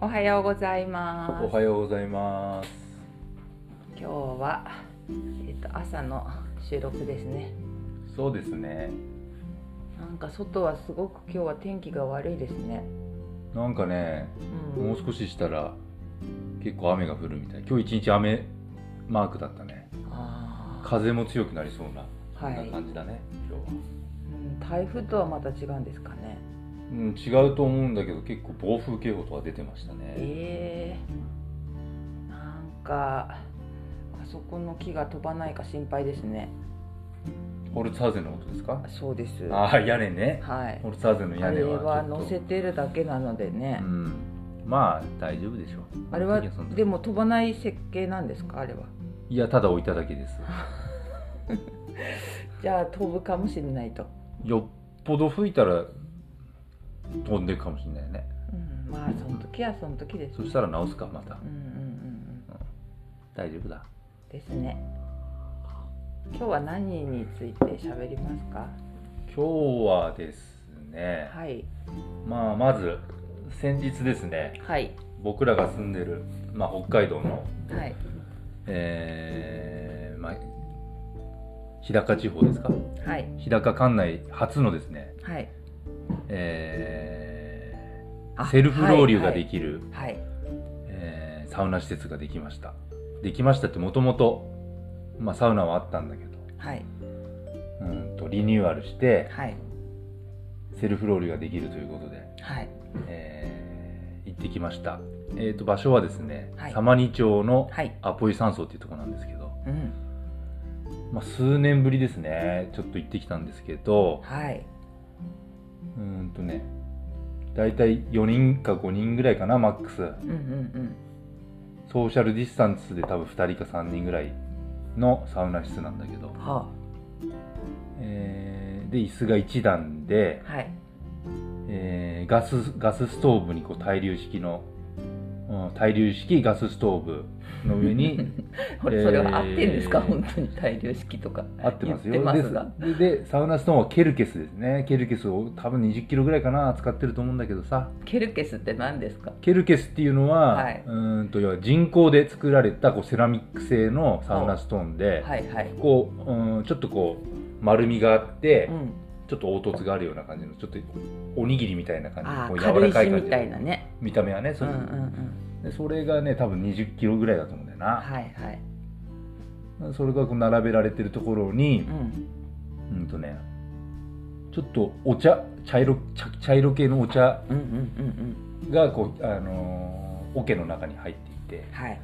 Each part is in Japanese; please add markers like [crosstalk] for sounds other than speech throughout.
おはようございまおす。はようございます。今日は、えっと朝の収録ですね。そうですね。なんか外はすごく今日は天気が悪いですね。なんかね、うん、もう少ししたら結構雨が降るみたい。今日一日雨マークだったね。あー風も強くなりそうな、はそいんな、感じだね。今うん。台風とはまた違うんですかね。日は。うん、違うと思うんだけど、結構暴風警報とか出てましたね。えー、なんかあそこの木が飛ばないか心配ですね。ホルツァーゼのことですか？そうです。はああ、屋根ね。い。ホルツァーゼのあ屋根れははちょ乗っと。せてるだけなのでね。うん。まあ大丈夫でしょう。あれはその時でも飛ばない設計なんですかあれは。いやただ置いただけです。じゃあ飛ぶかもしれないと。よっぽど吹いたら飛んでるかもしれないね。うん、まあその時はその時です、そしたら直すかまたうんうんうんうん大丈夫だですね今日は何について喋りますか今日はですね、はいまあまず先日ですねはい僕らが住んでる、まあ、北海道の、はいえーまあ、日高地方ですかはい日高管内初のですね、はいえあーセルフロウリュができる、はい、はいえーサウナ施設ができましたできましたってもともとまあサウナはあったんだけどはいうんとリニューアルしてはいセルフロウリュができるということではいえー行ってきました、えー、と場所はですね、はい様似町のはいアポイ山荘っていうところなんですけど、うんまあ、数年ぶりですねちょっと行ってきたんですけどはい、うーんとねだいたい4人か5人ぐらいかなマックスうんうんソーシャルディスタンスで多分2人か3人ぐらいのサウナ室なんだけどうん、はえーで椅子が1段であ、はいえーガスガスストーブにこう対流式の、うん、対流式ガスストーブの上にこれそれは合ってんですか、えー本当に大量式とか合ってますよ。言ってますがでででサウナストーンはケルケスですね。ケルケスを多分20キロぐらいかな使ってると思うんだけどさ。ケルケスって何ですかケルケスっていうのは、はいうーんと要は人工で作られたこうセラミック製のサウナストーンで、はいはいこううーんちょっとこう丸みがあって、うんちょっと凹凸があるような感じのちょっとおにぎりみたいな感じああこう軽柔らか石い感じみたいのなね見た目はねうそんれ,、うんうんでそれがね多分20キロぐらいだと思うんだよな、はいはいそれがこう並べられてるところに、うんうんとねちょっとお茶茶色茶茶色系のお茶うんうんうんがこう、あのー桶の中に入っていてうんはい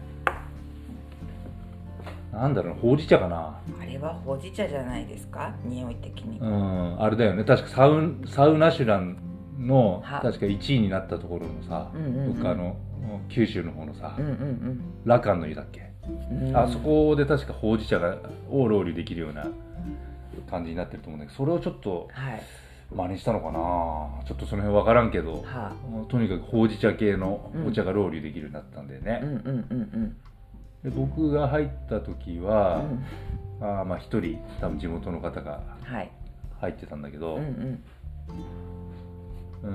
なんだろうなほうじ茶かなあれはほうじ茶じゃないですか匂い的に、うんあれだよね確かサウンサウナシュランのは確か1位になったところのさ、うんうんうんどっかあのうん九湯の方のさ、うんうん羅漢の湯だっけ、うんうんあそこで確かほうじ茶がをロウリュできるような感じになってると思うんだけどそれをちょっとはい真似したのかなちょっとその辺分からんけど、はとにかくほうじ茶系のお茶がロウリュできるようになったんだよあうんね、うんうんで僕が入った時うんうは、んあーまあ一人多分地元の方がはい入ってたんだけうどんうんうー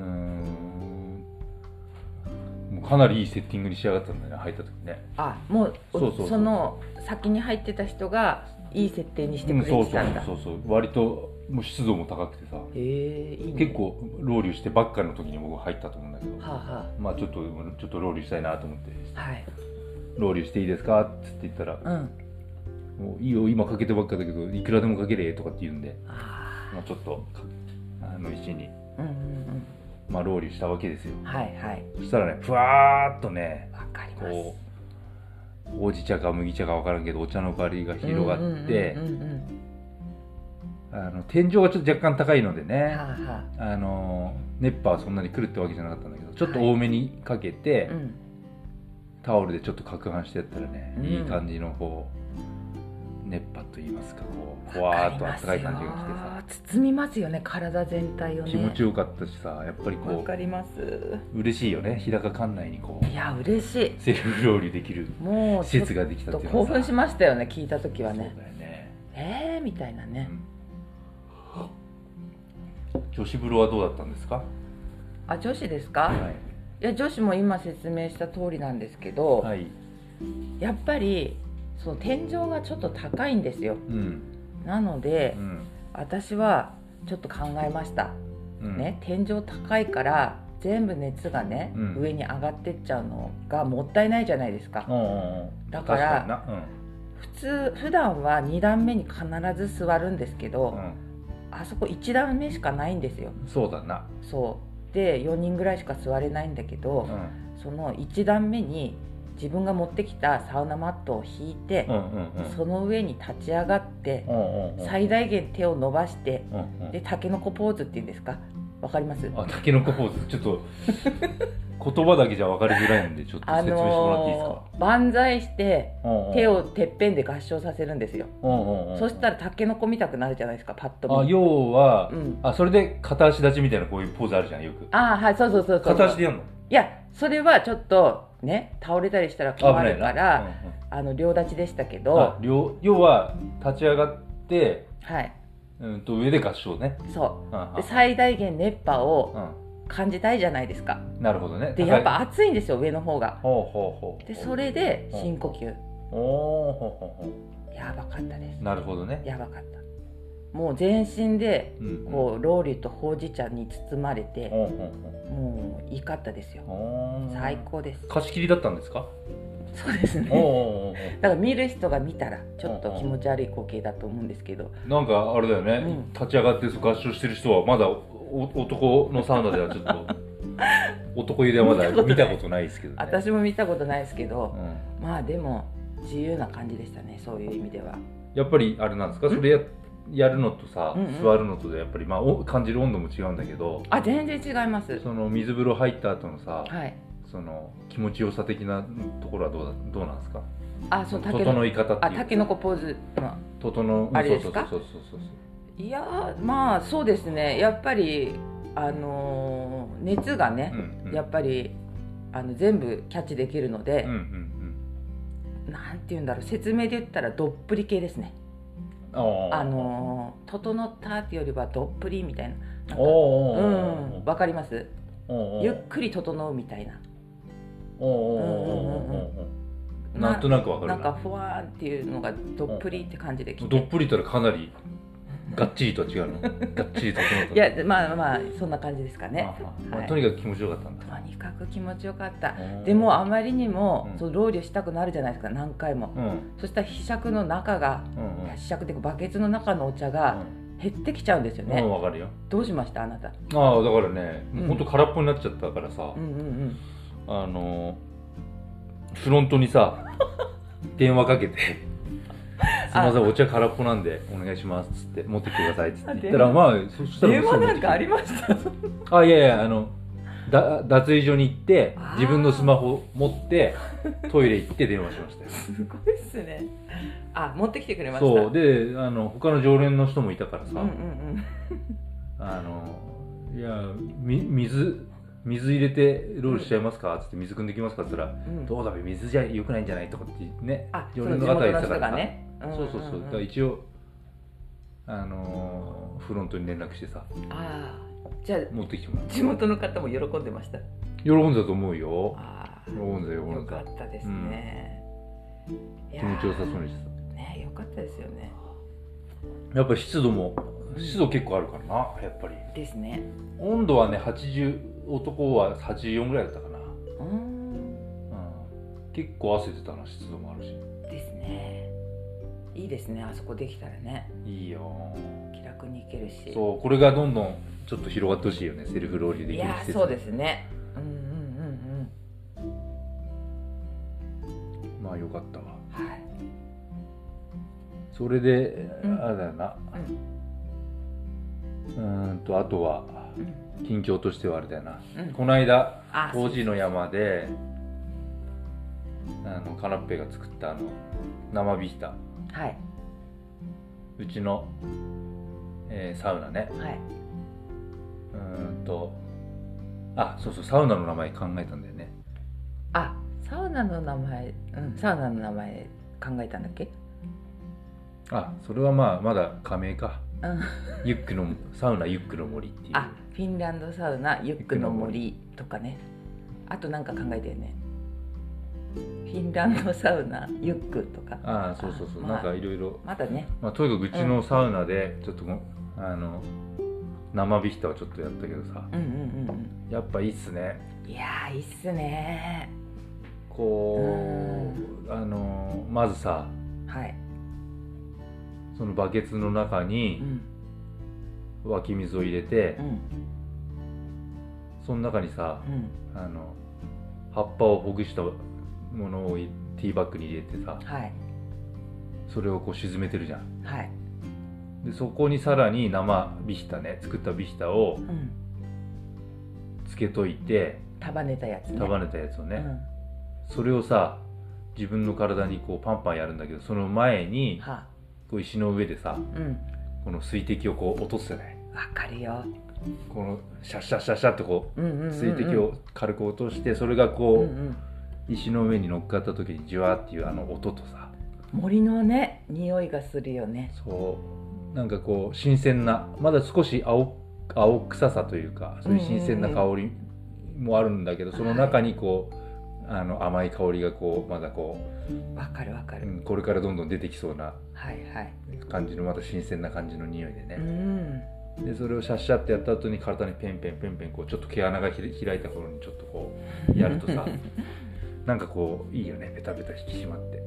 んもうかなりいいセッティングに仕上がったんだよね入った時ねあもうおそうそうそうその先に入ってた人がいい設定にしてくれそうてそうたんだそうそう割ともう湿度も高くてさへえいいね結構ロウリュしてばっかの時に僕入ったと思うんだけどはあはまあちょっとちょっとロウリュしたいなと思ってあはい「ロウリュしていいですか?」っつって言ったらうん「もういいよ今かけてばっかだけどいくらでもかけれ」とかって言うんであまあ、ちょっとあの石に、あうんうんまあ、ロウリュしたわけですようんはいはいそしたらねふわーっとねわかりますこうほうじ茶か麦茶か分からんけどお茶の香りが広がってうんうんうんうんあの天井がちょっと若干高いのでうんねはあはあの熱波はそんなに来るってわけじゃなかったんだけどちょっと多めにかけて、あうんタオルでちょっと攪拌してやったらね、うんいい感じのこう熱波といいますかこうふわーっと暖かい感じが来てわかりさますよ包みますよね体全体をね気持ちよかったしさやっぱりわこかりますう嬉しいよね日高館内にこういや嬉しいセルフ料理できるもう施ちょっ設ができたとっていうの興奮しまましたよね聞いた時すはそうだよねね、えー、みたいなうね、ん女子風呂はどうだったんですか、はあ女子ですか、い、い、いや女子も今説明した通りなんですけど、はいやっぱりその天井がちょっと高いんですようんなので、うん私はちょっと考えました、うんね天井高いから全部熱がね、うん上に上がってっちゃうのがもったいないじゃないですか、おうおうおうだから確かにな普通普段は2段目に必ず座るんですけど、うん、あそこ1段目しかないんですようん、そうだなそうで4人ぐらいしか座れないんだけうどん、その1段目に自分が持ってきたサウナマットを引いてう、んうんうんその上に立ち上がって、うんうんうん最大限手を伸ばして、うんうんでタケノコポーズっていうんですかわかりますあタケノコポーズちょっと [laughs] 言葉だけじゃ分かりづらいんでちょっとあ説明してもらっていいですのー万歳してか、うんうん手をてっぺんで合掌させるんですよ、うんうんうんそしたらタケノコ見たくなるじゃないですかパッとあ見要は、うん、あそれで片足立ちみたいなこういうポーズあるじゃんよくああはいそうそうそうそう片足でやるのいやそれはちょっとね倒れたりしたら危困ないるなから、うんうんあの両立ちでしたけあど両要は立ち上がって、はいうん、と上で合唱ね、そうんうで最大限熱波をう感じたいじゃないですかん、なるほどねで高いやっぱ暑いんですよ上の方がほうほうほうでそれで深呼吸おおほうほうほやばかったですうなるほどねやばかったもう全身でうんこうロウリュとほうじ茶に包まれてほうほもういかったですうよほう最高です貸し切りだったんです [laughs] かそうですおーねおーおーだから見る人が見たらちょっと気持ち悪い光景だと思うんですけどなんかあれだよね、うん立ち上がってそう合唱してる人はまだお男のサウナではちょっと [laughs] 男湯ではまだ見見たたこことないですけど、ね、私も見たことないですけうどんまあでも自由な感じでしたねそういう意味ではやっぱりあれなんですかんそれややるのとさ、うんうん座るのとでやっぱり、まあ、お感じる温度も違うんだけどあ全然違いますその水風呂入った後のさ、はいその気持ちよさ的なところはどうだどうなんですかあそうタケノ整い方ってあいうタケノコポーズの整うあれですかそうそうそうそうそういやーまあそうですねやっぱりあのー熱がねう、んうんやっぱりあの全部キャッチできるのでうんう、んなんて言うんだろう説明で言ったらどっぷり系ですねうんあーあのー整ったっていうよりはどっぷりみたいななんかおーうおんわかりますーおーおーゆっくり整うみたいなおーおーおーおーおーおーなんとななくわかるなんかふわーんっていうのがどっぷりって感じできどってぷりとはかなりがっちりとは違 [laughs] うのがっちり整ったいやまあまあそんな感じですかねあーまあはいとにかく気持ちよかったんだとにかく気持ちよかったおーでもあまりにも、うんそうロウリュしたくなるじゃないですか何回も、うんそしたらひしゃくの中がうんうんひしゃくっていうかバケツの中のお茶が減ってきちゃうんですよね、うん、わかるよどうしましたあなたああだからねうんもうほんと空っぽになっちゃったからさ、うんうんうんあのーフロントにさ電話 [laughs] かけて「すいませんお茶空っぽなんでお願いします」っつって「持ってきてください」っつって言ったらあまあそした [laughs] ら電話なんかありまましたあいやいやあのだ脱衣所に行ってあー自分のスマホ持ってトイレ行って電話しました [laughs] よすごいっすねあ持ってきてくれましたそうであの他の常連の人もいたからさ、うんうんうんあのいやみ水水入れてロールしちゃいますか?」っつって「水汲んできますか?」っつったらう「んどうだべ水じゃよくないんじゃない?」とかってねあそ常う連地の元方が言っのてたか人がらさねそうそうそうだからんんん一応あのーフロントに連絡してさあーじゃあ持ってきてもらう地元の方も喜んでました喜んだと思うよあ喜んだよあ喜よんかだったですね、いや気ー持ちよさそうにしてさねよかったですよねやっぱり湿度もうん湿度結構あるからなやっぱりですね温度はね80男は84ぐらいだったかな、うーんうん、結構汗出たな湿度もあるしですねいいですねあそこできたらねいいよ気楽に行けるしそうこれがどんどんちょっと広がってほしいよねセルフロウリュできるや施ー設そうですねうんうんうんまあよかったわうんはいそれで、うんあれだよなうーんとあとはうん近況としてはあれだよなうんうんこの間あ当時の山であのカナッペが作ったあの生ビヒタはいうちの、えーサウナねはいうーんとあそうそうサウナの名前考えたんだよねあサウナの名前うんサウナの名前考えたんだっけあそれはまあまだ仮名かうんユックのサウナユックの森っていうあフィンランドサウナユックの森とかねあとなんか考えてるねフィンランドサウナユックとかああそうそうそう、まあなんかいろいろまだねまあとにかくうちのサウナでちょっともう、あの生ビヒタはちょっとやったけどさうんうんうんやっぱいいっすねうんいやーいいっすねこうあのまずさはい、そのバケツの中うにん湧き水を入れて、うんその中にさうんあの葉っぱをほぐしたものをいティーバッグに入れてさはいそれをこう沈めてるじゃんはいでそこにさらに生ビヒタね作ったビヒタをうんつけといて束ねたやつね束ねねたやつをね、それをさ自分の体にこうパンパンやるんだけどその前うんにはこう石の上でさうんこの水滴をこう落とすじゃないわかるよこのシャッシャッシャッシャッとこうんうんうんううん水滴を軽く落としてそれがうんうこんう石の上に乗っかった時にジュワーっていうあの音とさ森のね匂いがするよねそうなんかこう新鮮なまだ少し青青臭さというかそういう新鮮な香りもあるんだけどその中にこうあの甘い香りがこうまだこわかるわかううる、んこれからどんどん出てきそうなはいはい感じのまた新鮮な感じの匂いでうね、んでそれをシャッシャってやった後に体にペンペンペンペンこうちょっと毛穴がひれ開いた頃にちょっとこうやると [laughs] さなんかこういいよねベタベタ引き締まって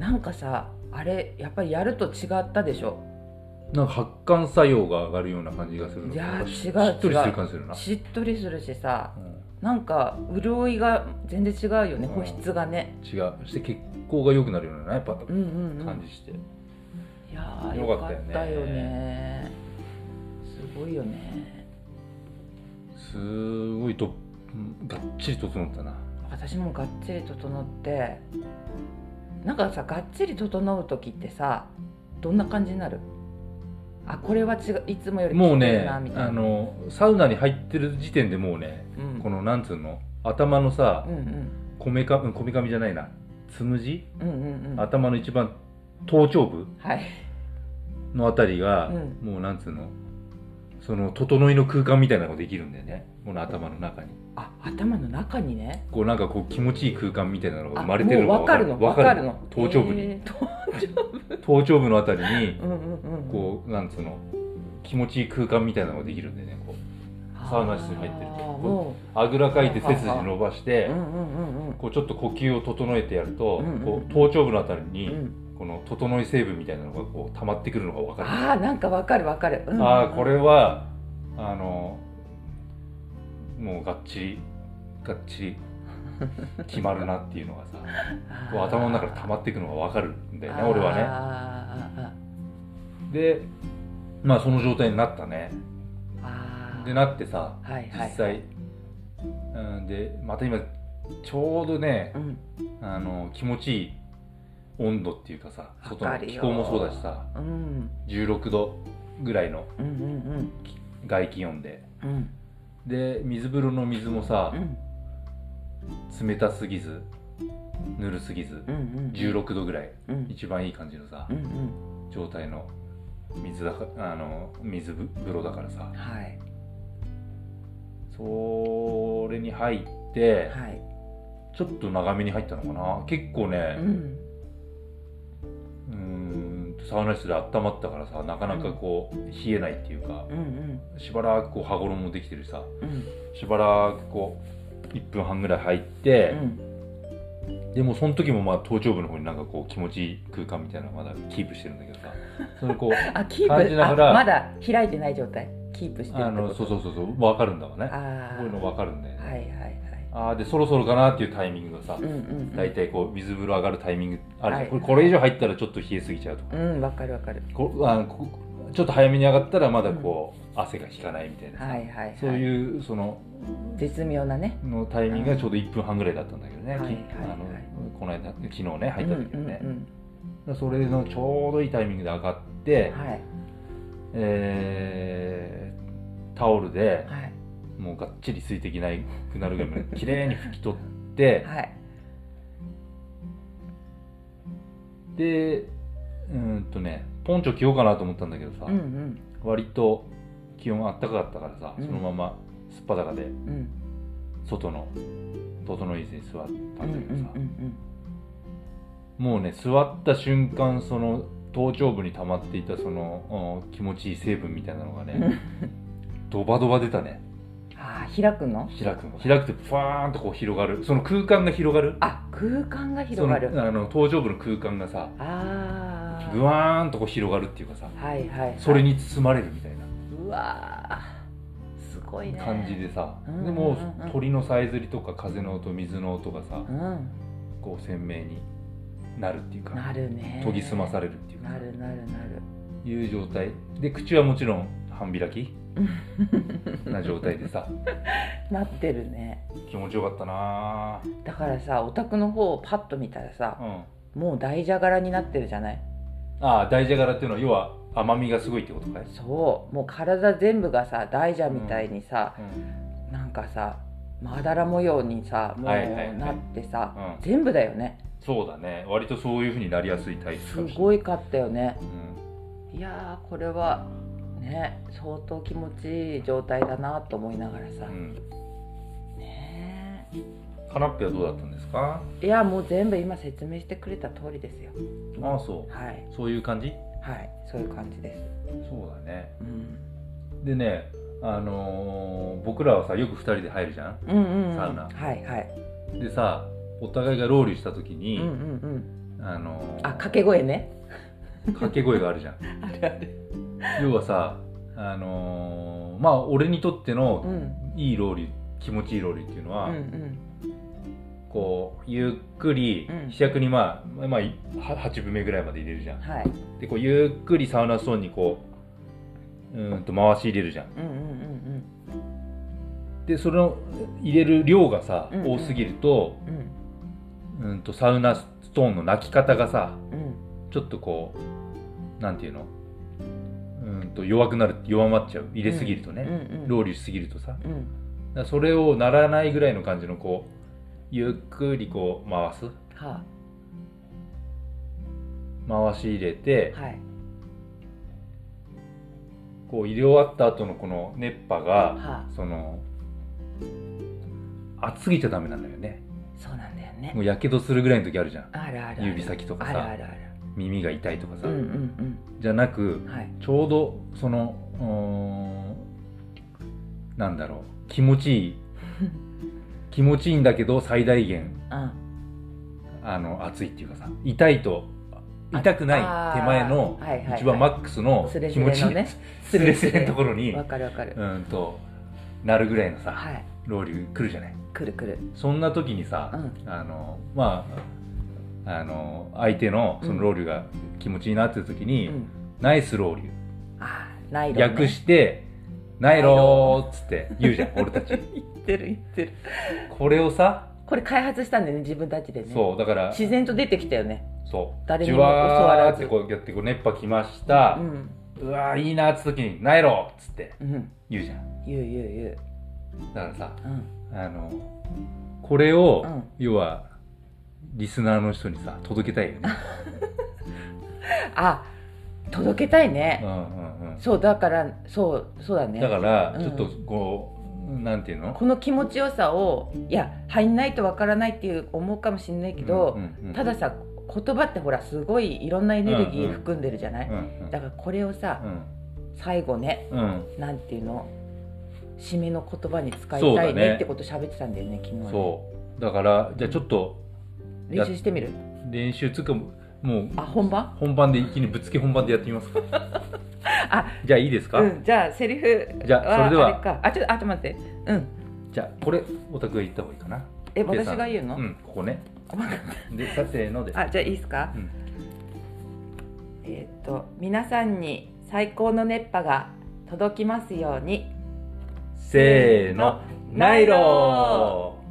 なんかさあれやっぱりやると違ったでしょなんか発汗作用が上がるような感じがするのいやーなんかし違うしっとりする感じするな、しっとりするしさうんなんか潤いが全然違うよねうん保湿がね違うそして血行が良くなるようなやっぱうんうんうん感じして、いやーよよかかっったたよよねねすごいよねすごいとうんがっちり整ったな私もがっちり整ってなんかさがっちり整う時ってさどんな感じになるあこれは違ういつもよりもうきてねるなみたいなあのサウナに入ってる時点でもうねうんこのなんつうの頭のさ、うんうんこめかうんこめかみじゃないなつむじ、うんうんうん頭の一番頭頂部はいのあたりが、うんもうなんつうのその整いの空間みたいなのができるんだよねこの頭の中にあ頭の中にねこうなんかこう気持ちいい空間みたいなのがあ生まれてるのがもう分かるのわ分かるの頭頂部に、えーと頭頂部のあたりにうんうんうんこうなんつうの気持ちいい空間みたいなのができるんだよねこうサウナ室に入ってるとあーこうもあぐらかいて背筋伸ばしてううんうんうんうんこうちょっと呼吸を整えてやると、うんうんこう頭頂部のあたりに、うんこの整い成分みたいなのがこう溜まってくるのがわかるああなんか分かる分かる、うんうんうんああこれはあのもうがっちりがっちり決まるなっていうのが [laughs] さこう頭の中で溜まっていくのがわかるんだよね俺はねはねでまあその状態になったねあーでなってさはいはい実際、うん、でまた今ちょうどねうんあの気持ちいい温度っていうかさ外わのかるよ気候もそうだしさうん16度ぐらいのうんうん外気温でうんうんで水風呂の水もさ、うん冷たすぎずぬるすぎずうんうん16度ぐらいうん一番いい感じのさうんうん状態の水だかあの水ぶ風呂だからさはいそれに入ってはいちょっと長めに入ったのかな結構ねうんうーんサウナ室で温まったからさなかなかこう冷えないっていうかうんうんしばらくこう羽衣もできてるしさうんしばらくこう1分半ぐらい入って、でもその時もまあ頭頂部の方になんかこう気持ちいい空間みたいなのまだキープしてるんだけどさそれこうあキ感ーじプながらあまだ開いてない状態キープしてるあってこのとそうそうそうそう分かるんだわねあこういうの分かるんだよあね、はいはいはいああでそろそろかなっていうタイミングがさ、うんうんうん大体こう水風呂上がるタイミングあるじゃはいん、これこれ以上入ったらちょっと冷えすぎちゃうとか、うんわかるわかるこあのこちょっと早めに上がったらまだこう、汗が引かないみたいなさ、はいはいはいそういうその絶妙なねのタイミングがちょうど1分半ぐらいだったんだけどね、はいはいきはいあのこの間昨日ね入った時はね、うんうんでそれのちょうどいいタイミングで上がって、うんはいえータオルではいもうがっちり水滴ないくなるぐらいまで綺麗に拭き取ってはいでうーんとねポンチョ着ようかなと思ったんだけどさ、うんうん割と気温あったかかったからさうんそのまま素っ裸でうん外の整い椅子に座ったんだけどさ、うんもうね座った瞬間その頭頂部に溜まっていたその、うん気持ちいい成分みたいなのがうんうんうねんドバドバ出たねあー開くの開くの開くとファーンとこう広がるその空間が広がるあ空間が広がそるのあの頭頂部の空間がさああぐわーんとこう広がるっていうかさはいはい、はい、それに包まれるみたいなうわーすごいね感じでさ、うんでもうんうんうん鳥のさえずりとか風の音水の音がさうんこう鮮明になるっていうかなるね研ぎ澄まされるっていうかなるなるなるいう状態で口はもちろん半 [laughs] 開きな状態でさなってるね気持ちよかったなだからさお宅の方をパッと見たらあ、さうん、もう大蛇柄になってるじゃないああ大蛇柄っていうのは要は甘みがすごいってことかい、そうもう体全部がさ大蛇みたいにさ、うんなんかさまだら模様にさもうはいはいはいなってさ、うん全部だよねそうだね割とそういうふうになりやすいタイプすかもしれないごいかったよねうんいやーこれはね相当気持ちいい状態だなと思いながらさ、うんねカナッペはどうだったんですかえいやもう全部今説明してくれた通りですよああそはい、うそういう感じはい、そういう感じです。そうだねうん、でねあのー僕らはさよく2人で入るじゃんうんうんうん、サウナはいはい。でさお互いがロウリュした時に、うんうんうん。あのーあ、掛け声ね。掛け声があるじゃん [laughs] あるある。要はさあのーまあ俺にとってうのん。いいロウリュ気持ちいいロウリュっていうのうは、んうん。こうゆっくりうん飛躍にまあ、まあ、8分目ぐらいまで入れるじゃんはい。でこうゆっくりサウナストーンにこううーんと回し入れるじゃんうんうんうんでその入れる量がさ、うんうん多すぎるとうん。うんとサウナストーンの泣き方がさうんうん。ちょっとこうなんていうのうんと弱くなる弱まっちゃう入れすぎるとうんね、うん。ロウリュしすぎるとさだかうん。らそれをならないぐらいの感じのこうゆっくりこう回すは回し入れて、あ、はい。こう入れ終わった後のこの熱波はがあ、その熱すぎちゃダメなんだよねそうなんだよねも。うやけどするぐらいの時あるじゃんあるあるある。指。先とかあるあさるある。耳が痛いとかさ、うんうんじゃなくうん。はい。ちょうどそのうーんなんだろう気持ちい [laughs] い気持ちいいんだけど最大限うん。あの熱いっていうかさ痛いと痛くない手前のあーはいはいはい一番マックスのスレス気レの持ねちいい [laughs] スレスレのところにわかるわかる。 [laughs] うんとなるぐらいのさはい。ロウリュ来るじゃないくるくる。そんな時にさ、うんあのまああの相手のそのロウリュが気持ちいいなっていう時うに、ん。ナイスロウリュあー、ないのね。略して「ナイロー」っつって [laughs] 言うじゃん俺たち言ってる言ってる。これをさこれ開発したんだよね自分たちでね。そうだから自然と出てきたよね。そう誰にもじわ教わらずーってこうやってこう熱波きましたう、んうわーいいなーっつった時に「ナイロー」っつってうん。言うじゃん言う言う言う。だからさうんあのこれを、うん要はリスナーの人にさ届けたいよねあ届けたいね。うんうんうんそうだからそうそうだねだからうんちょっとこう、なんていうのこの気持ちよさをいや入んないとわからないっていう思うかもしれないけど、うんうんうんたださ言葉ってほらすごいいろんなエネルギうんうんー含んでるじゃない、うんうんだからこれをさ、最後ねうんうんなんていうの締めの言葉に使いそうただいねねってこと喋ってたんだよね昨日ねそうだからじゃあちょっと練習してみる練習つうかもうあ本番本番で一気にぶっつけ本番でやってみますか [laughs] あじゃあいいですか、うんじゃあセリフじゃあそれではあれかあちょっとあちょっと待ってうんじゃあこれお宅が言った方がいいかなえペイ私さんが言うの、うんここねあわかったでさせーのであじゃあいいですか、うんえーっ、と皆さんに最高の熱波が届きますようにせーのナイロー